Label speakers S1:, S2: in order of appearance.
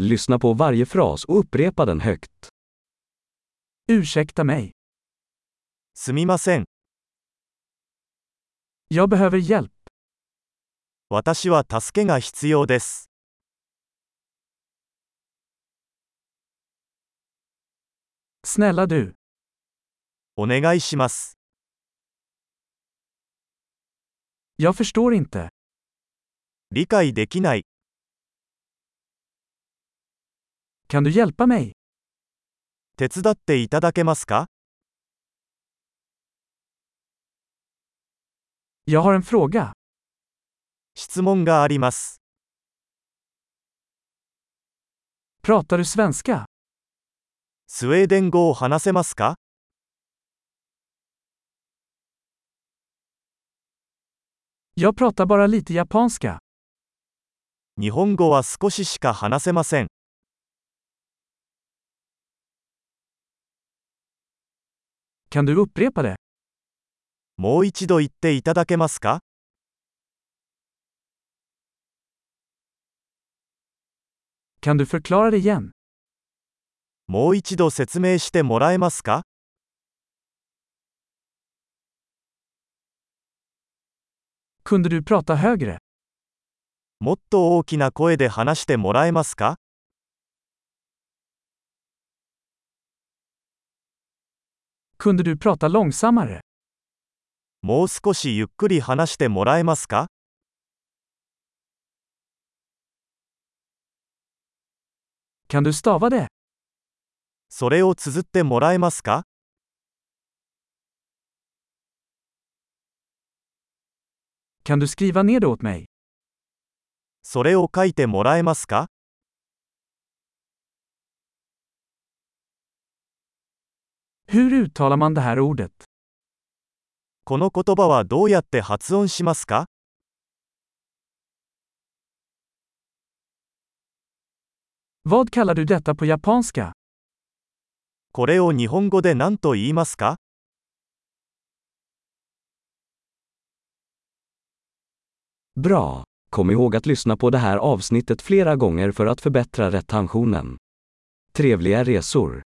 S1: Lyssna på varje fras och upprepa den högt.
S2: Ursäkta mig.
S3: すみません。
S2: Jag behöver hjälp.
S3: 私は助けが必要です。
S2: Snälla du.
S3: お願いします。
S2: Jag förstår inte.
S3: 理解できない。
S2: Kan du hjälpa mig?
S3: 手伝っていただけますか
S2: Jag har en fråga.
S3: 質問があります。
S2: Pratar du svenska?
S3: スウェーデン語を話せますか
S2: Jag pratar bara lite japanska.
S3: 日本語は少ししか話せません。
S2: Kan du upprepa det?
S3: もう一度言っていただけますか
S2: Kan du förklara det igen?
S3: もう一度説明してもらえますか
S2: Kunde du prata högre?
S3: もっと大きな声で話してもらえますか
S2: Kunde du prata långsammare?
S3: もう少しゆっくり話してもらえますか
S2: Kan du stava det?
S3: それを綴ってもらえますか
S2: Kan du skriva ner det åt mig?
S3: それを書いてもらえますか
S2: Hur uttalar man det här ordet?
S3: この言葉はどうやって発音しますか
S2: Vad kallar du detta på japanska?
S3: これを日本語で何と言いますか
S1: Bra! Kom ihåg att lyssna på det här avsnittet flera gånger för att förbättra retentionen. Trevliga resor!